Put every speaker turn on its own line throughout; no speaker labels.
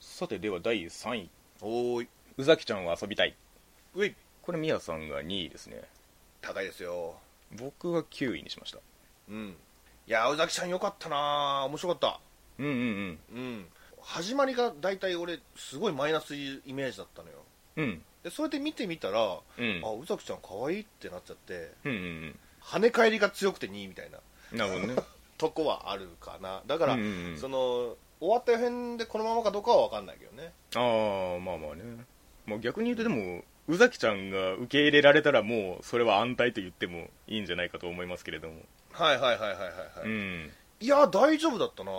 さてでは第3位
おーいう
ざきちゃんは遊びたいう
い
これみやさんが2位ですね
高いですよ
僕は9位にしました
うんいや宇崎ちゃんよかったな面白かった
うんうん
うん始まりが大体俺すごいマイナスイメージだったのよ
うんうん
でそれで見てみたら、
うん
あ宇崎ちゃん可愛いってなっちゃって
うんうん
跳ね返りが強くて2位みたいな
うんなるほどね
とこはあるかなだから、
うんうんうん
その終わった辺でこのままかどうかは分かんないけどね
ああまあまあね、まあ、逆に言うとでも宇崎ちゃんが受け入れられたらもうそれは安泰と言ってもいいんじゃないかと思いますけれども
はいはいはいはいはい、は
う
い
ん
いや大丈夫だったな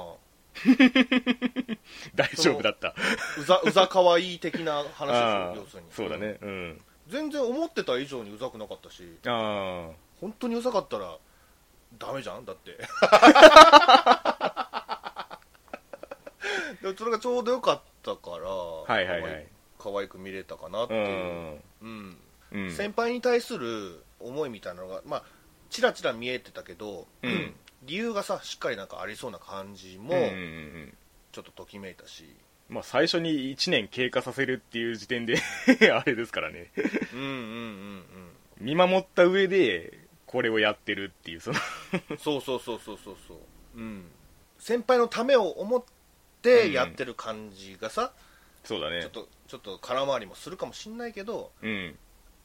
大丈夫だった
うざうざかわいい的な 話
あー
ですよ要するに
そうだねうん
全然思ってた以上にうざくなかったし
ああ
本当にうざかったらダメじゃんだ ってでもそれがちょうどよかったから、
いはいはい
可愛い可愛く見れたかなって
う
いう、
ん
うん
うん
先輩に対する思いみたいなのがまあちらちら見えてたけど、
うん
理由がさしっかりなんかありそうな感じも
うんうんうん
ちょっとときめいたし、
まあ最初に1年経過させるっていう時点で あれですからね
うん、うん
見守った上でこれをやってるっていうその
うんうんそうそうそうそうそうそう、うん、先輩のためを思ってやってる感じがさ、
そうだ
ちょ
ね
っとちょっと空回りもするかもしんないけど、
うん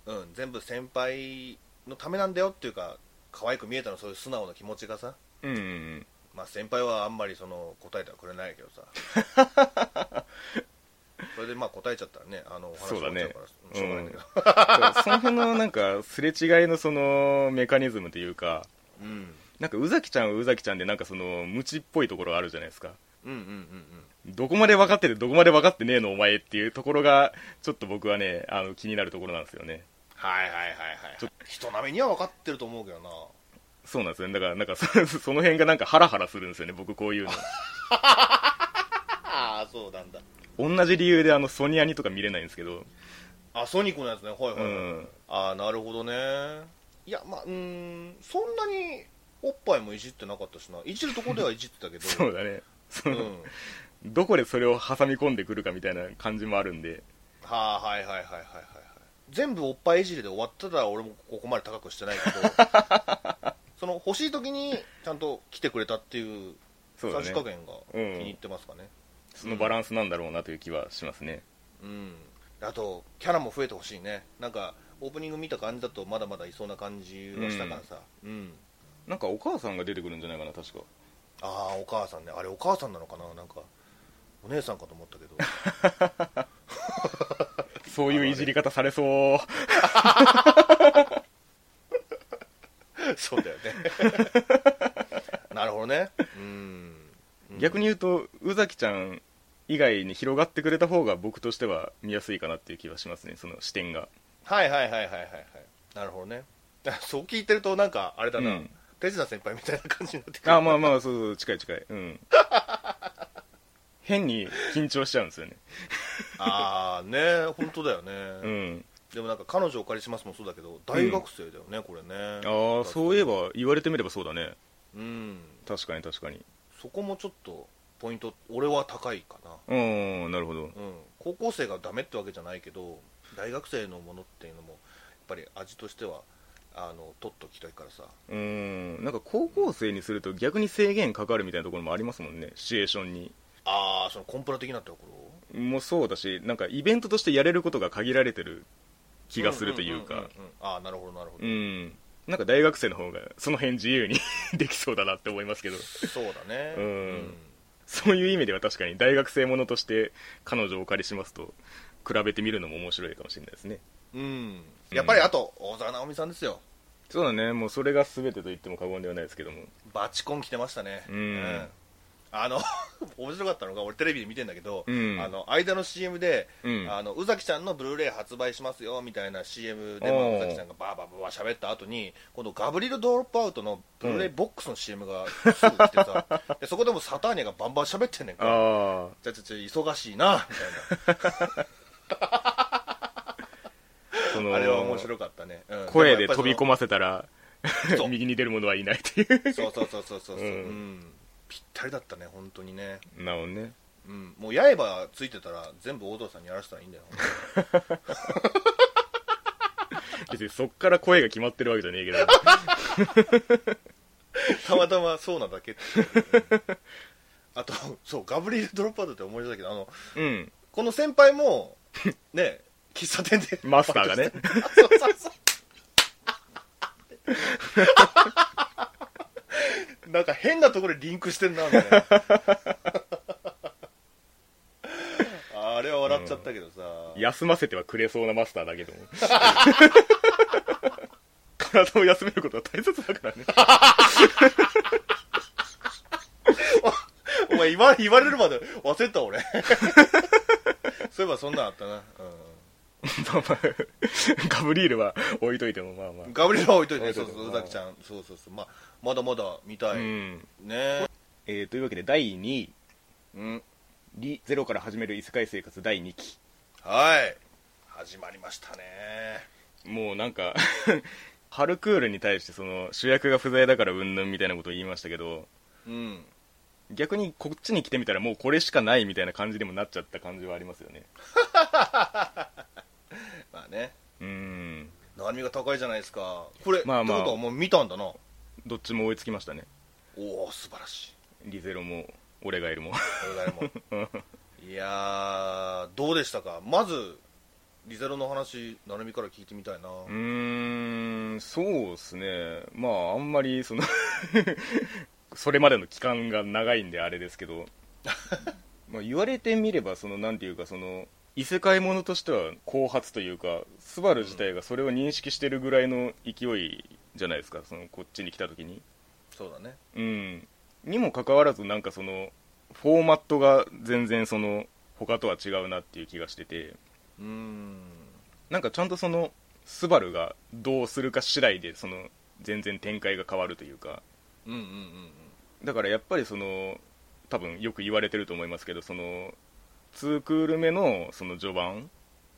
うん、全部先輩のためなんだよっていうか可愛く見えたのそういう素直な気持ちがさ
うんうんうん
まあ先輩はあんまりその答えてはくれないけどさ それでまあ答えちゃったらねあのお話
そうだね
終わっちゃうからしょうがないんだけど、
そうその辺のなんかすれ違いのそのメカニズムというか
うん、うん
なんか宇崎ちゃんは宇崎ちゃんでなんかその無知っぽいところがあるじゃないですか
うんうんうん
どこまで分かっててどこまで分かってねえのお前っていうところがちょっと僕はねあの気になるところなんですよね
はいはいはいはい
ちょ
人並みには分かってると思うけどな
そうなんですよねだからなんかそ その辺がなんかハラハラするんですよね僕こう いう
ああそうなんだ
の同じ理由であのソニアニとか見れないんですけど
あソニックのやつねはいはい、
う
はい
ん
ああなるほどねいやまあうーんそんなにおっぱいもいじってなかったしないじるとこではいじってたけ ど
そうだねそ
うん
のどこでそれを挟み込んでくるかみたいな感じもあるんで
はあはいはいはいはいはいはい全部おっぱいいじりで終わってたら俺もここまで高くしてないけど その欲しい時にちゃんと来てくれたっていう
そうだ
さじ
ね
加減が気に入ってますかね
そのバランスなんだろうなという気はしますね
うん、あとキャラも増えてほしいねなんかオープニング見た感じだとまだまだいそうな感じはしたからさ、うん
なんかお母さんが出てくるんじゃないかな確か
ああお母さんねあれお母さんなのかななんかお姉さんかと思ったけど
そういういじり方されそう
そうだよね なるほどねうん
逆に言うと宇崎ちゃん以外に広がってくれた方が僕としては見やすいかなっていう気はしますねその視点 が
はいはいはいはいはいはいなるほどね だからそう聞いてるとなんかあれだな、
うん
手品先輩みたいな感じになってくる
あまあまあそうそう近い近いうん変に緊張しちゃうんですよね
ああね本当だよね、
うん
でもなんか彼女お借りしますもそうだけど大学生だよね、これね
ああそういえば言われてみればそうだね
うん
確かに確かに
そこもちょっとポイント俺は高いかな、
うんなるほど
うん、高校生がダメってわけじゃないけど大学生のものっていうのもやっぱり味としてはあの取っときたいからさ
うんなんか高校生にすると逆に制限かかるみたいなところもありますもんねシチュエーションに
ああそのコンプラ的なところ
もそうだしなんかイベントとしてやれることが限られてる気がするという
うんん
か
んうんああなるほどなるほど、
うん、なんか大学生の方がその辺自由に できそうだなって思いますけど
そうだね
うんそういう意味では確かに大学生ものとして彼女をお借りしますと比べてみるのも面白いかもしれないですね
うん、うんやっぱりあと大沢直美さんですよ
そうだねもうそれが全てと言っても過言ではないですけども
バチコン来てましたね
うん
あの 面白かったのが俺テレビで見てんだけど、
うん
あの間の CM で、
うん
あの宇崎ちゃんのブルーレイ発売しますよみたいな CM で、まあ
おー
宇崎ちゃんがバーバーバー喋った後に今度ガブリル・ドロップアウトのブルーレイボックスの CM がすぐ来 てさ、でそこでもサターニャがバンバン喋ってんねんから
ああ
ちゃちゃちゃ忙しいなみ
そ
たい
の
なあれは面白かったね、うん
声で飛び込
む
ませたら
そう
右に出る者はいないっていう
そうそうそうそうそうそう、
うん
うんぴったりだったね本当にね
なおね
ううん、もう刃ついてたら全部大戸さんにやらせたらいいんだよ
別にそっから声が決まってるわけじゃねえけど
たまたまそうなだけっていうあとそうガブリエル・ドロップアウトって思い出したけどあの
うん
この先輩 もね喫茶店で
マスターがね
そうそうそう なんか変なところでリンクしてんなみた いなあれは笑っちゃったけどさ、
休ませてはくれそうなマスターだけ ども体を休めることは大切だからね
お前言わ言われるまで忘れた俺 そういえばそんなんあったな、
まあまあガブリールは置いといてもまあま
うん、
あ
ガブリエルは置いといてね
置
そ
いうといて
そう宇崎ちゃんそうそうそう、まあ、まだまだ見た
う
い、
ん、
ね
えー、というわけで第2位
うん
リゼロから始める異世界生活第2期
はい始まりましたね
もうなんか ハルクールに対してその主役が不在だからうんぬんみたいなことを言いましたけど
うん
逆にこっちに来てみたらもうこれしかないみたいな感じでもなっちゃった感じはありますよね
まあね
うん
波が高いじゃないですかこれ、
まあまあ
ってことはもう見たんだな
どっちも追いつきましたね
おお素晴らしい
リゼロも俺がいるも
俺誰も いやーどうでしたかまずリゼロの話成海から聞いてみたいな、
うーんそうですねまああんまりその それまでの期間が長いんであれですけどまあ言われてみればそのなんていうかその異世界ものとしては後発というかスバル自体がそれを認識してるぐらいの勢いじゃないですかそのこっちに来た時に
そうだね
うん、にもかかわらずなんかそのフォーマットが全然その他とは違うなっていう気がしてて
うーん
なんかちゃんとそのスバルがどうするか次第でその全然展開が変わるというか
うんうんうんうん
だからやっぱりその多分よく言われてると思いますけどその2クール目のその序盤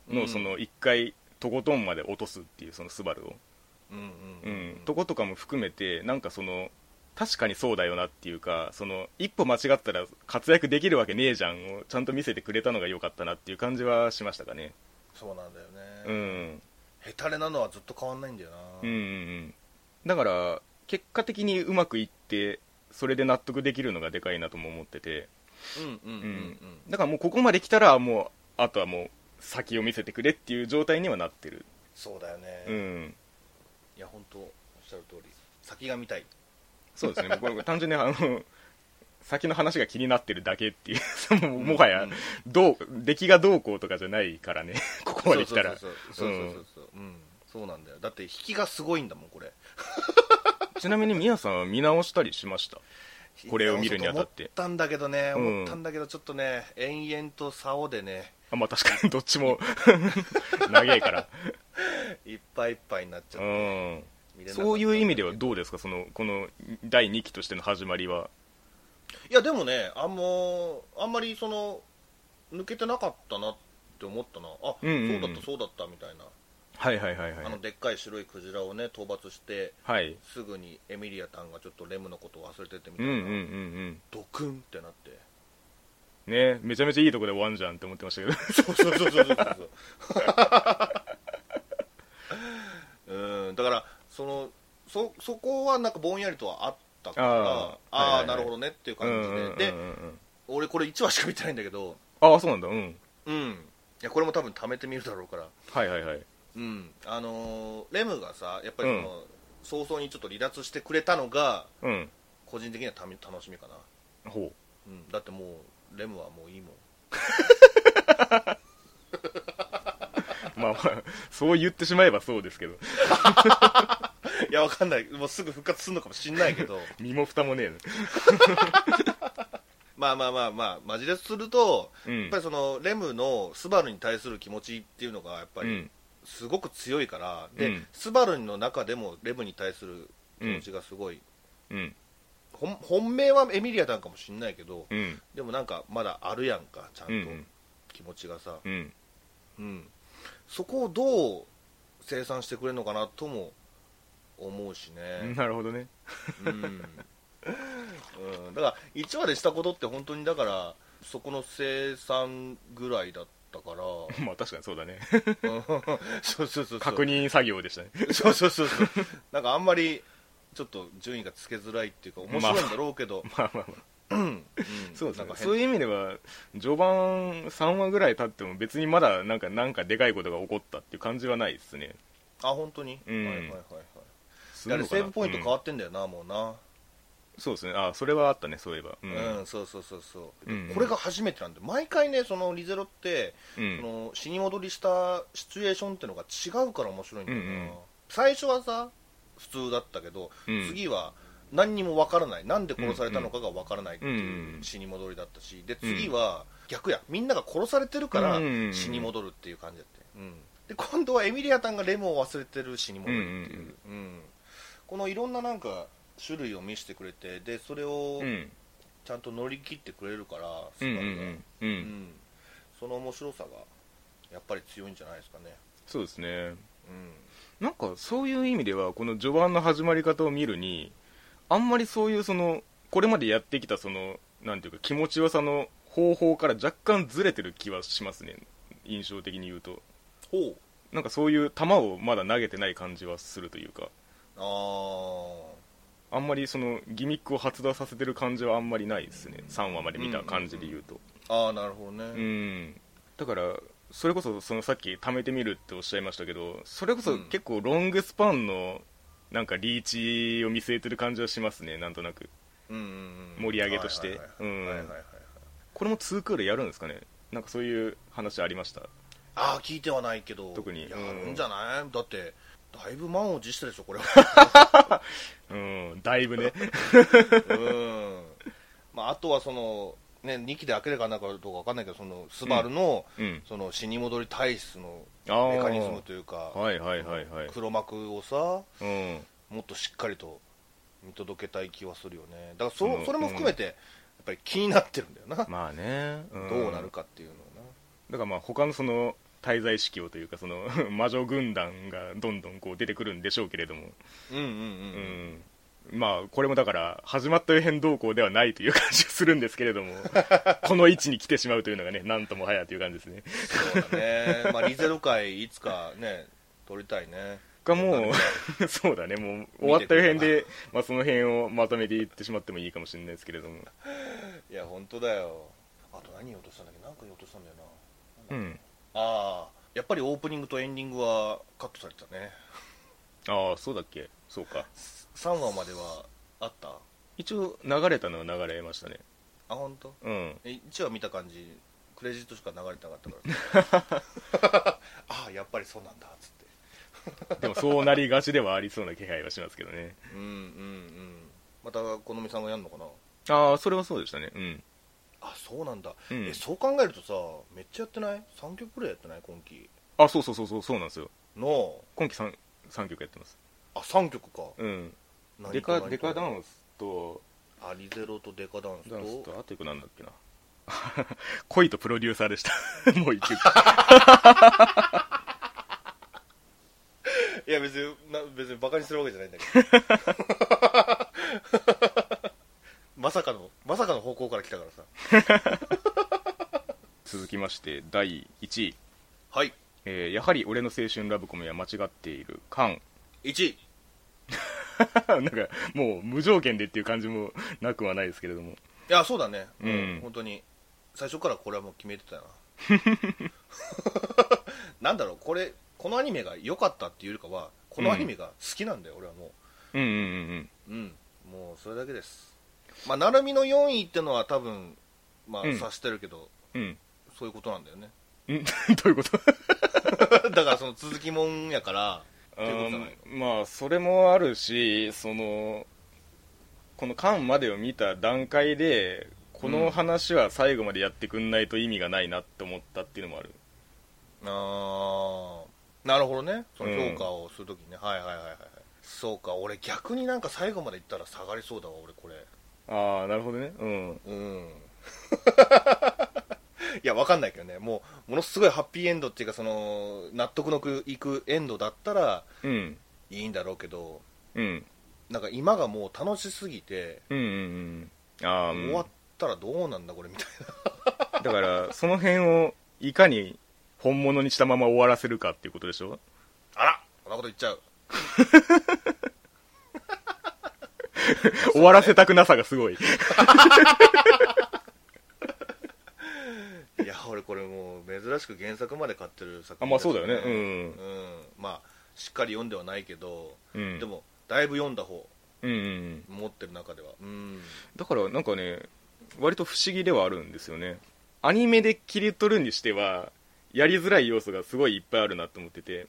う
の
ん
その1回とことんまで落とすっていうそのスバルを、
うんうん
う
うん
ん、とことかも含めてなんかその確かにそうだよなっていうかその一歩間違ったら活躍できるわけねえじゃんをちゃんと見せてくれたのが良かったなっていう感じはしましたかね
そうなんだよ
う
ね、
ん
へたれなのはずっと変わんないんだよ
うんうんう
な、
んだから結果的にうまくいってそれで納得できるのがでかいなとも思ってて
うん、うんうんうん
だからもうここまで来たらもうあとはもう先を見せてくれっていう状態にはなってる
そうだよね、
う
い
ん
や本当おっしゃる通り先が見たい
そうですね僕は単純にあの 先の話が気になってるだけっていう もうもはや
うん
どう出来がどうこうとかじゃないからね ここまで来たら
そうそうそうそうそうそうそううんそうなんだよだって引きがすごいんだもんこれ
ちなみにミヤさんは見直したりしましたこれを見るにあたって
思ったんだけどね
うん
思ったんだけどちょっとね、延々と竿でね
あまあ確か にどっちも長いから
いっぱいいっぱいになっち ゃ
う
って、
ん
見れなかった
そういう意味ではどうですかそのこの第2期としての始まりはい
やでもねあんまあんまりその抜けてなかったなって思ったなあ、
うんうんうん
そうだったそうだったみたいな
はいはいはいは
あの
い
でっかい白いクジラをね討伐して
はい
すぐにエミリアさんがちょっとレムのことを忘れててみた
う
い
ん
な、
うんうんうん
ドクンってなって
ねめちゃめちゃいいとこで終わんじゃんって思ってましたけど
そうそうそうそうそうそううんだからそのそそこはなんかぼんやりとはあったからあ
あー
あー、
はいはいはい
なるほどねっていう感じで、
う
で
んうんうんうん
俺これ1話しか見てないんだけど
ああそうなんだうん
うんいやこれも多分貯めてみるだろうから
はいはいはい
うんあのーレムがさやっぱりその、早々にちょっと離脱してくれたのが
うん
個人的にはため楽しみかな、
ほ
うん、だってもうレムはもういいもん
うまあまあそう言ってしまえばそうですけど
いやわかんないもうすぐ復活するのかもしんな いけど
身も蓋もねえ
まあまあまあまあマジレスすると
のうん
やっぱりそのレムのスバルに対する気持ちっていうのがやっぱ
う
り
ん
すごく強いから、
う
で
ん
スバルの中でもレムに対する気持ちがすごい、
うん
ほん本命はエミリアなんかもしんないけど
うん
でもなんかまだあるやんかちゃん
う
と
ん
気持ちがさ、
うん
うん、そこをどう生産してくれるのかなとも思うし ね、
なるほどね
うんうん、だから1話でしたことって本当にだからそこの生産ぐらいだったから
まあ確かにそう だね
うんそうそうそうそう
確認作業でしたね
そうそうそうそうなんかあんまりちょっと順位がつけづらいっていうか面白いんだろうけ ど、
まあまあまあ
ん
そうです
なん
ね
か変
そういう意味では序盤3話ぐらい経っても別にまだなんかなんかでかいことが起こったっていう感じはないですね
あ本当に、
うん
はいはいはいはい
す
あ
るの
れ
か
セ
な
ーブポイント
うん
変わってんだよな、もうな
そうですねあそれはあったねそういえばう
うん、
ん
そうそうそうそう、
うん
これが初めてなんで毎回ねそのリゼロって、
う
そ
ん
の死に戻りしたシチュエーションってのが違うから面白いんだよな、
うんうん
最初はさ普通だったけど、
うん
次は何にもわからないなんで殺されたのかがわからないって
うん
いううん死に戻りだったしで次は逆やみんなが殺されてるから
うん
死に戻るっていう感じだったよ、うんで今度はエミリアさんがレモンを忘れてる死に戻るっていう、うんこのいろんななんか種類を見せてくれてでそれを
うん
ちゃんと乗り切ってくれるから、
うんう
スバル
ん
が
うんう
うんんその面白さがやっぱり強いんじゃないですかね、
そうですね
うん、
なんかそういう意味ではこの序盤の始まり方を見るにあんまりそういうそのこれまでやってきたそのなんていうか気持ちよさの方法から若干ずれてる気はしますね印象的に言うと
ほう
なんかそういう球をまだ投げてない感じはするというか
ああ
あんまりそのギミックを発動させてる感じはあんまりないですね3話まで見た感じで言うと
ああなるほどね、
うんだからそれこそそのさっき貯めてみるっておっしゃいましたけどそれこそ結構ロングスパンのなんかリーチを見据えてる感じはしますねなんとなく
うんうんうん
盛り上げとして
はいはいはいはい
うん
はいはいはい
これも2クールやるんですかねなんかそういう話ありました
ああ聞いてはないけど
特に
や
うん
るんじゃない、だってだいぶ満を持してでしょこれは
うんだいぶ ね
うん、まあ、あとはそのね2期で明らかになるかどうかわかんないけどそのスバルの,、
うん
その死に戻り体質の
ああ
メカニズムというか、
はいはいはいはい
黒幕をさ
うん
もっとしっかりと見届けたい気はするよねだからそ,、
うん
それも含めてやっぱり気になってるんだよな、
まあね、ん
どうなるかっていうのをな
だからまあ他のその滞在指揮をというかその 魔女軍団がどんどんこう出てくるんでしょうけれども、
うんうん
う
うん、
んまあこれもだから始まった変動向ではないという感じがするんですけれ どもこの位置に来てしまうというのがねなんともはやという感じですね
そうだね、まあ、リゼロ回いつかね撮りたいね
がもうそうだねもう終わった辺で、まあ、その辺をまとめていってしまってもいいかもしれないですけれども
いや本当だよあと何言おうとしたんだっけなんか言おうとしたんだよな
うん
ああやっぱりオープニングとエンディングはカットされてたね
ああそうだっけそうか
3話まではあったあ
一応流れたのは流れましたね
本当。
うん
1話見た感じクレジットしか流れてなかったから ああやっぱりそうなんだっつって
でもそうなりがちではありそうな気配はしますけどね
うんうんうんまた好みさんがやるのかな
ああそれはそうでしたねうん
あそうなんだ、
うん
えそう考えるとさめっちゃやってない3曲ぐらいやってない今期
あそうそうそうそうそうなんですよ
の
今期 3, 三曲やってます
あ3曲か
うん
何と
デカ
何と
デカダンスと
アリゼロとデカダンスと
ダンスとあと一個なんだっけな恋とプロデューサーでしたもう一曲
いや別にな別にバカにするわけじゃないんだ けどまさかのまさかの方向から来たからさ
続きまして第1位、
はい
えーやはり俺の青春ラブコメは間違っているカン
1位
なんかもう無条件でっていう感じもなくはないですけれども
いやそうだね
うん
も本当に最初からこれはもう決め てたななんだろうこれこのアニメが良かったっていうよりかはこのアニメが好きなんだよ、俺はも
うんうんうんうん
ううんもうそれだけですまあ成海の4位ってのは多分まあ
うん
指してるけど、
うん
そういうことなんだよね
うんどういうこと
だからその続きもんやからっていうことじゃないの
うんまあそれもあるしそのこの巻までを見た段階でこ
うん
の話は最後までやってくんないと意味がないなって思ったっていうのもある、
ああなるほどねその評価をするときにね、はいはいはいはいはいそうか俺逆になんか最後までいったら下がりそうだわ俺これ
ああなるほどねうん
うん いやわかんないけどねもうものすごいハッピーエンドっていうかその納得のいくエンドだったら
うん
いいんだろうけど
うん
なんか今がもう楽しすぎて
うんうんうんああ
終わったらどうなんだこれみたいな
だからその辺をいかに本物にしたまま終わらせるかっていうことでしょ
あらこんなこと言っちゃう
終わらせたくなさがすごい
いや俺これもう珍しく原作まで買ってる作
あ
品
まあそうだよね
です
うん
うんまあしっかり読んではないけど、
うん
でもだいぶ読んだ方
うんうんうん
持ってる中ではうん
だからなんかね割と不思議ではあるんですよねアニメで切り取るにしてはやりづらい要素がすごいいっぱいあるなと思ってて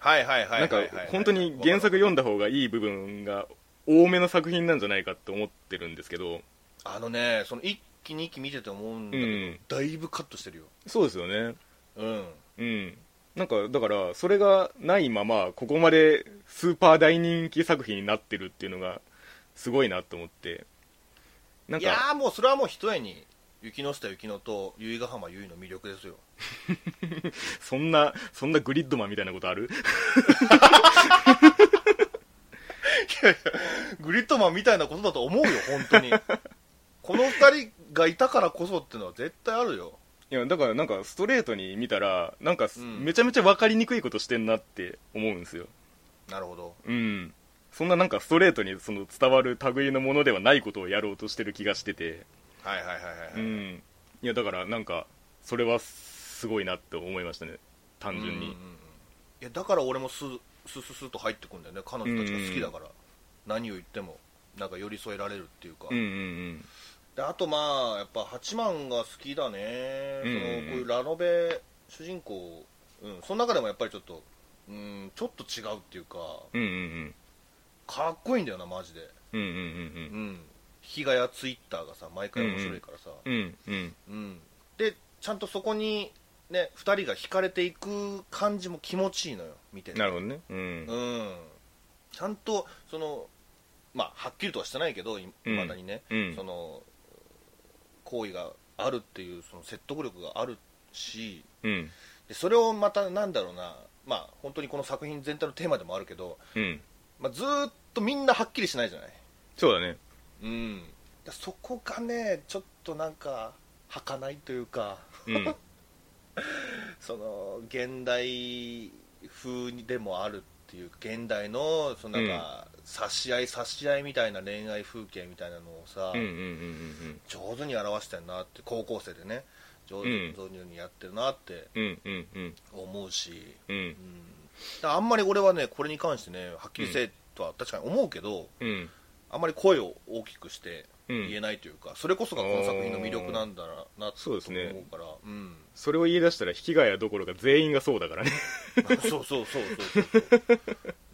はいはいは
な
いは
ん
いは
か
いはい
本当に原作読んだ方がいい部分が多めの作品なんじゃないかって思ってるんですけど、
あのねその一期二期見てて思うん
う
だけど、
ん、
だいぶカットしてるよ
そうですよね
うん
うんなんかだからそれがないままここまでスーパー大人気作品になってるっていうのがすごいなと思ってなん
いや
か
ーもうそれはもう一重に雪の下雪乃と由比ヶ浜由比の魅力ですよ
そんなそんなグリッドマンみたいなことある
グリッドマンみたいなことだと思 うよ本当にこの二人がいたからこそってのは絶対あるよ
いやだからなんかストレートに見たらなんかす
うん
めちゃめちゃ分かりにくいことしてんなって思うんですよ
なるほど
うんそんななんかストレートにその伝わる類のものではないことをやろうとしてる気がしてて
はいはいはいはい、は
う
い
んいやだからなんかそれはすごいなって思いましたね単純
うん
に
うんうんいやだから俺もスースースースーと入ってくんだよね彼女たちが好きだから、何を言ってもなんか寄り添えられるっていうか、
うんうんうん
であとまあやっぱ八幡が好きだね、
うん
そのこういうラノベ主人公、うん、その中でもやっぱりちょっとうんちょっと違うっていうか
うんうん
かっこいいんだよなマジで
うんうんうん
う
うん
日がやツイッターがさ毎回面白いからさ、
んうんうん
うん、でちゃんとそこにね2人が惹かれていく感じも気持ちいいのよ見てて
なるほどねうん
うん、ちゃんとその、まあ、はっきりとはしてないけど、い
うん
まだにね、
うん
その行為があるっていうその説得力があるし
うん
で、それをまた、なんだろうな、まあ、本当にこの作品全体のテーマでもあるけど、
うん
まあ、ずーっとみんなはっきりしないじゃない、
そうだね
うん、だそこがね、ちょっとなんか、儚いというか、
うん
その現代風にでもあるっていう現代のそのなんか差し合い差し合いみたいな恋愛風景みたいなのをさ、
うんうんうん
上手に表してるなって高校生でね上手
うん
上手にやってるなって
うんうんうん
思うし、
うんうん
うん、だからあんまり俺はねこれに関してねはっきりせえとは確かに思うけど、
うん
あんまり声を大きくして
うん
言えないというか、それこそがこの作品の魅力なんだななと
そう
思う
ですね
からうん
それを言い出したら引きがやどころか全員がそうだからね
そうそうそうそうそうそう、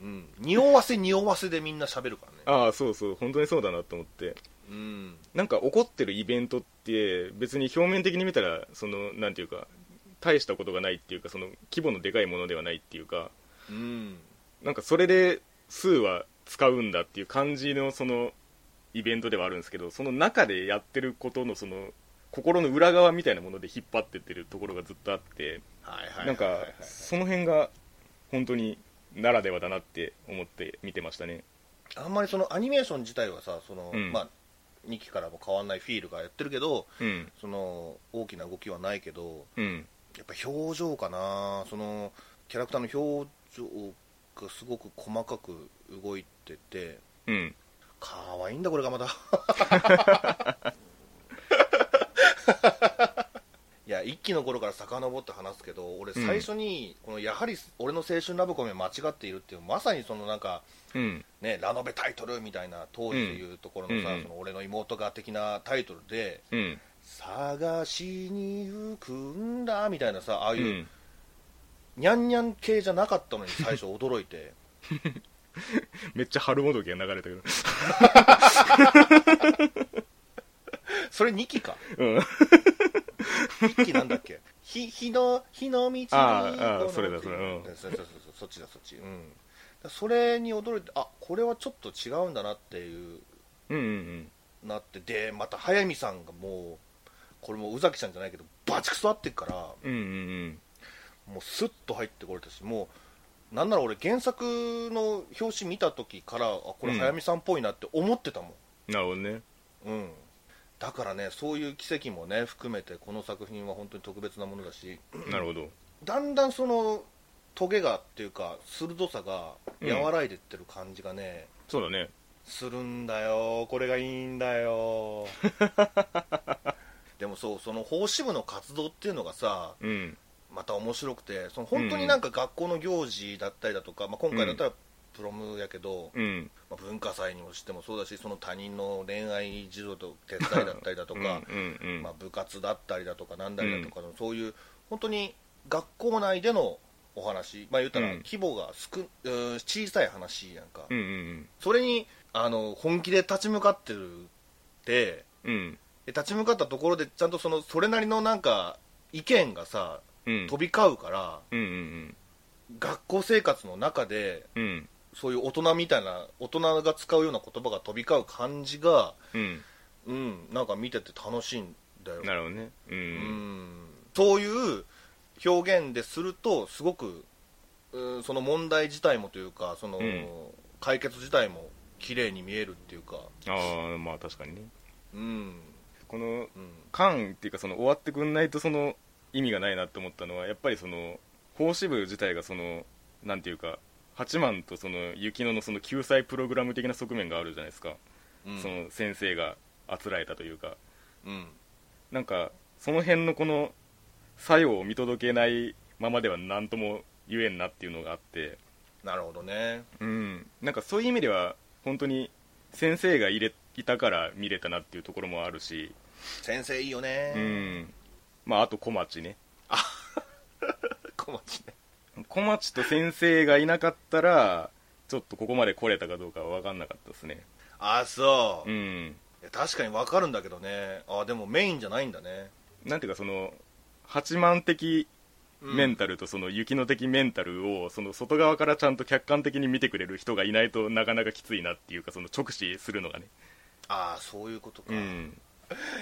うん、匂わせ匂わせでみんな喋るからね
ああそうそう本当にそうだなと思って
うん
なんか怒ってるイベントって別に表面的に見たらそのなんていうか大したことがないっていうかその規模のでかいものではないっていうか
うん
なんかそれで数は使うんだっていう感じのそのイベントではあるんですけどその中でやってることのその心の裏側みたいなもので引っ張ってってるところがずっとあって
はいはいはいはいはい
なんかその辺が本当にならではだなって思って見てましたね
あんまりそのアニメーション自体はさその、
うん
まあ2期からも変わんないフィールがやってるけど
うん
その大きな動きはないけど
うん
やっぱ表情かなそのキャラクターの表情がすごく細かく動いてて
うん
かわいいんだこれがまた いや一期の頃から遡って話すけど俺
うん
最初に、このやはり俺の青春ラブコメは間違っているっていうまさにそのなんか
うん
ねラノベタイトルみたいな当時でいうところのさ、
うん
その俺の妹が的なタイトルで、
うん
探しに行くんだみたいなさああ
う
いうんにゃんにゃん系じゃなかったのに最初驚いて
めっちゃ春もどきが流れたけど
それ2期か
うん
一気なんだっけひ日の日の道に
あーあー
この
それだそれうん
そうそうそうそうそっちだそっちうんだそれに驚いてあこれはちょっと違うんだなっていう
うんうん
なってでまた速水さんがもうこれもう宇崎ちゃんじゃないけどバチクソ合ってっから
うんうんうん
もうスッと入ってこれたしもうなんなら俺原作の表紙見た時からあこれ
うん
速水さんっぽいなって思ってたもん
うんなるほどね
うん、だからねそういう奇跡もね含めてこの作品は本当に特別なものだし
なるほど
だんだんそのトゲがっていうか鋭さが和らいでってる感じがね、
そうだね
するんだよこれがいいんだ よでもそうその奉仕部の活動っていうのがさ
うん
また面白くてその本当になんか学校の行事だったりだとか、まあ、今回だったらプロムやけど、
うん
まあ文化祭にもしてもそうだしその他人の恋愛事情と手伝いだったりだとか、
うんうんうん
まあ、部活だったりだとかなんだりだとかの、そういう本当に学校内でのお話、まあ、言ったら
うん
規模が少、うん小さい話やんか、
うんうん
それにあの本気で立ち向かってるって
うん
で立ち向かったところでちゃんとそのそれなりのなんか意見がさ
うん
飛び交うから、
うんうん
学校生活の中で
うんうん
そういう大人みたいな大人が使うような言葉が飛び交う感じが
うん
うんなんか見てて楽しいんだよ
なるほどねう
うんんそういう表現でするとすごくうんその問題自体もというかその、
うん
解決自体も綺麗に見えるっていうか
ああまあ確かにね
うん
この
うん
間っていうかその終わってくんないとその意味がないなって思ったのはやっぱりその法師部自体がそのなんていうか八幡とその雪乃のその救済プログラム的な側面があるじゃないですか、
うん
その先生があつらえたというか
うん
なんかその辺のこの作用を見届けないままでは何とも言えんなっていうのがあって
なるほどね
うんなんかそういう意味では本当に先生がいれいたから見れたなっていうところもあるし
先生いいよ
う
ね、
んまああと小町ね
小町ね
小町と先生がいなかったらちょっとここまで来れたかどうかは分かんなかったですね
ああそう、
う
い
ん
や確かにわかるんだけどねあーでもメインじゃないんだね、
なんていうかその八幡的
うん
メンタルとその雪の的メンタルをその外側からちゃんと客観的に見てくれる人がいないとなかなかきついなっていうかその直視するのがね
ああそういうことか、
う
い
ん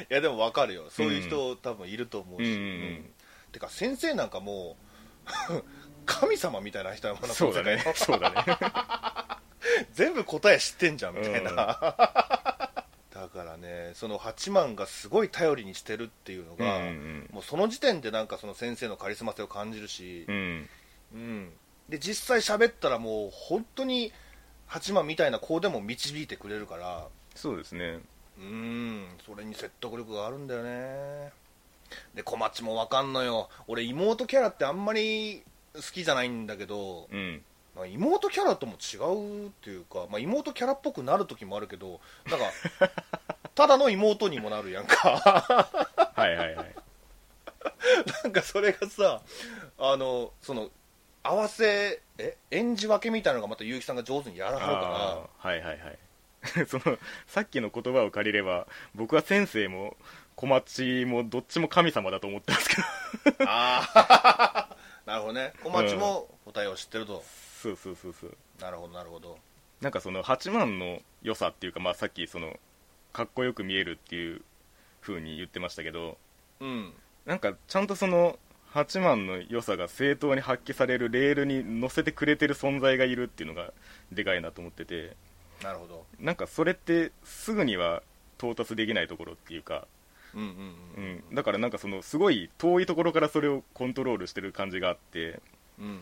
やでもわかるよそういう人、多分いると思うし、
うんうんうん
てか先生なんかもう 神様みたいな人やもんな
そうだね
この世界の
そうだ ね
全部答え知ってんじゃんみたいな、 だからねその八幡がすごい頼りにしてるっていう
う
の
んう
が、
ん
もうその時点でなんかその先生のカリスマ性を感じるし、
うん
うん、で実際喋ったらもう本当に八幡みたいな子でも導いてくれるから
そうですね
うんそれに説得力があるんだよねで小町もわかんのよ俺妹キャラってあんまり好きじゃないんだけど、
うん
まあ妹キャラとも違うっていうか、まあ、妹キャラっぽくなる時もあるけどなんか ただの妹にもなるやんか
はいはいはい
なんかそれがさあのその合わせえ演じ分けみたいなのがまた結城さんが上手にやらはるから
あーはいはいはい そのさっきの言葉を借りれば僕は先生も小町もどっちも神様だと思ってますけど
ああ なるほどね小町も答えを知ってると、
そうそうそうそう
なるほどなるほど
なんかその八幡の良さっていうか、まあ、さっきそのかっこよく見えるっていう風に言ってましたけど
うん
なんかちゃんとその八幡の良さが正当に発揮されるレールに乗せてくれてる存在がいるっていうのがでかいなと思ってて
なるほど
なんかそれってすぐには到達できないところっていうか
うんうん
う
うん
ん、だからなんかそのすごい遠いところからそれをコントロールしてる感じがあって
うんうんうん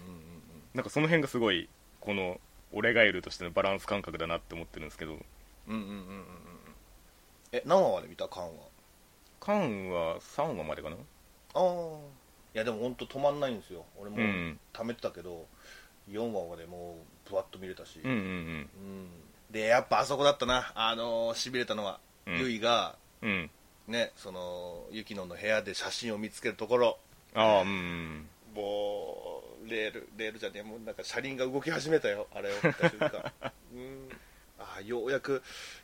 なんかその辺がすごいこの俺がいるとしてのバランス感覚だなって思ってるんですけど
うんうんうんうんうんうんえ何話まで見た缶は
カンは3話までかな
ああいやでも本当止まんないんですよ俺も
うん
貯めてたけど、4話までもうぶわっと見れたし、
うんうん
うんでやっぱあそこだったなあのしびれたのは、
うん
ゆいが
うんうん
ねそのゆきのの部屋で写真を見つけるところ
ああうんうん
もうレールレールじゃねえもうなんか車輪が動き始めたよあれを見た 瞬間うんああようやく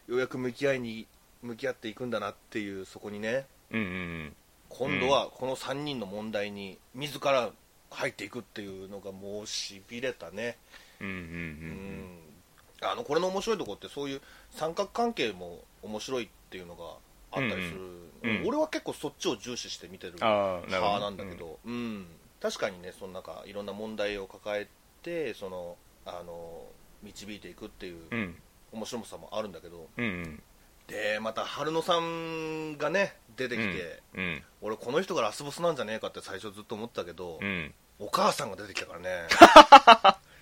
ようやく向き合いに向き合っていくんだなっていうそこにね
うんうん
今度はこの3人の問題に自ら入っていくっていうのがもうしびれたね
うんうんうん
うん、あのこれの面白いとこってそういう三角関係も面白いっていうのがあったりする、
うんうんうん
俺は結構そっちを重視して見てる
ああなるほ
派
ど
なんだけど、うん確かにねそのなんかいろんな問題を抱えてそのあの導いていくっていう
うん
面白さもあるんだけど、
うんうん
でまた春野さんがね出てきて、
うん
俺この人がラスボスなんじゃねえかって最初ずっと思ったけど、
うん
お母さんが出てきたからね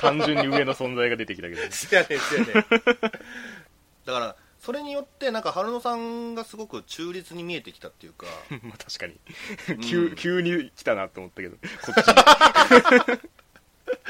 単純に上の存在が出てきたけど
せやねんせやねんだからそれによってなんか春野さんがすごく中立に見えてきたっていうか
まあ確かに
ん
急急に来たなと思ったけどこっちに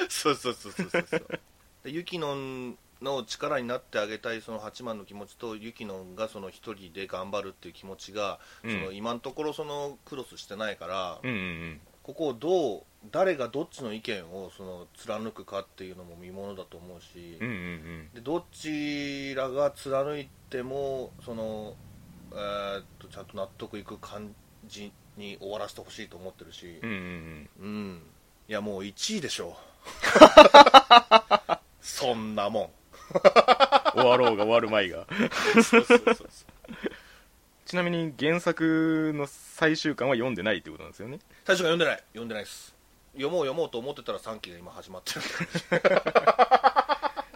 そうそうそうそうそうそうでユキノンの力になってあげたいその八幡の気持ちとユキノンがその一人で頑張るっていう気持ちが、
うん
その今のところそのクロスしてないから、
うんうん
ここをどう誰がどっちの意見をその貫くかっていうのも見ものだと思うし、
うんうんうん
でどちらが貫いてもその、えーっとちゃんと納得いく感じに終わらせてほしいと思ってるし
うんう、んうん
うんいやもう1位でし ょそんなも
終わろうが終わるまいが
んそうそうそうそう
ちなみに原作の最終巻は読んでないってことなんですよね
大将が読んでない読んでないです読もう読もうと思ってたら3期が今始まってる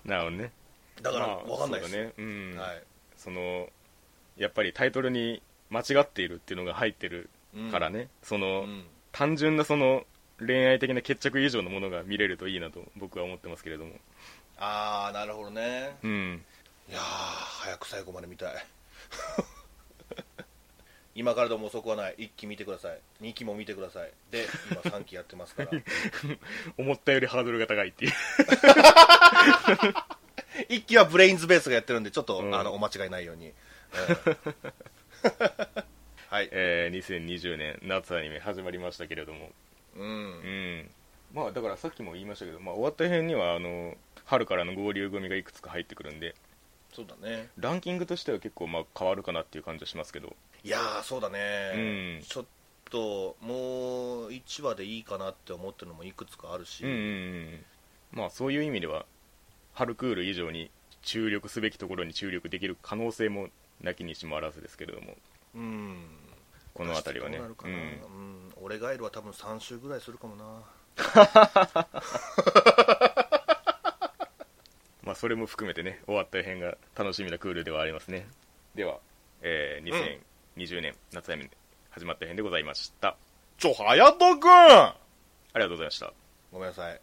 なるほどね
だから
まあ
分かんないです、
そうだねうん、
はい
そのやっぱりタイトルに間違っているっていうのが入ってる
うん
からね、その、
うん
単純なその恋愛的な決着以上のものが見れるといいなと僕は思ってますけれども
ああなるほどね
うん
いやー早く最後まで見たい 今からでも遅くはない1期見てください2期も見てくださいで今3期やってますから
思ったよりハードルが高い っていう
1期はブレインズベースがやってるんでちょっと、
うん
あのお間違いないように、 うんはい、
えー2020年夏アニメ始まりましたけれども
う、
うんんまあだからさっきも言いましたけど、まあ、終わった辺にはあの春からの合流組がいくつか入ってくるんで
そうだね
ランキングとしては結構まあ変わるかなっていう感じはしますけど
いやーそうだね、
うん
ちょっともう1話でいいかなって思ってるのもいくつかあるし、
うんうんうんまあそういう意味では春クール以上に注力すべきところに注力できる可能性もなきにしもあらずですけれども
うん
この辺りはね
どうなるかな、
う
うん
ん
俺ガイルは多分3週ぐらいするかもな
まあ、それも含めてね終わった辺が楽しみなクールではありますねでは、えー2020年夏アニメ始まった辺でございました
ちょ、隼人君
ありがとうございました
ごめんなさい。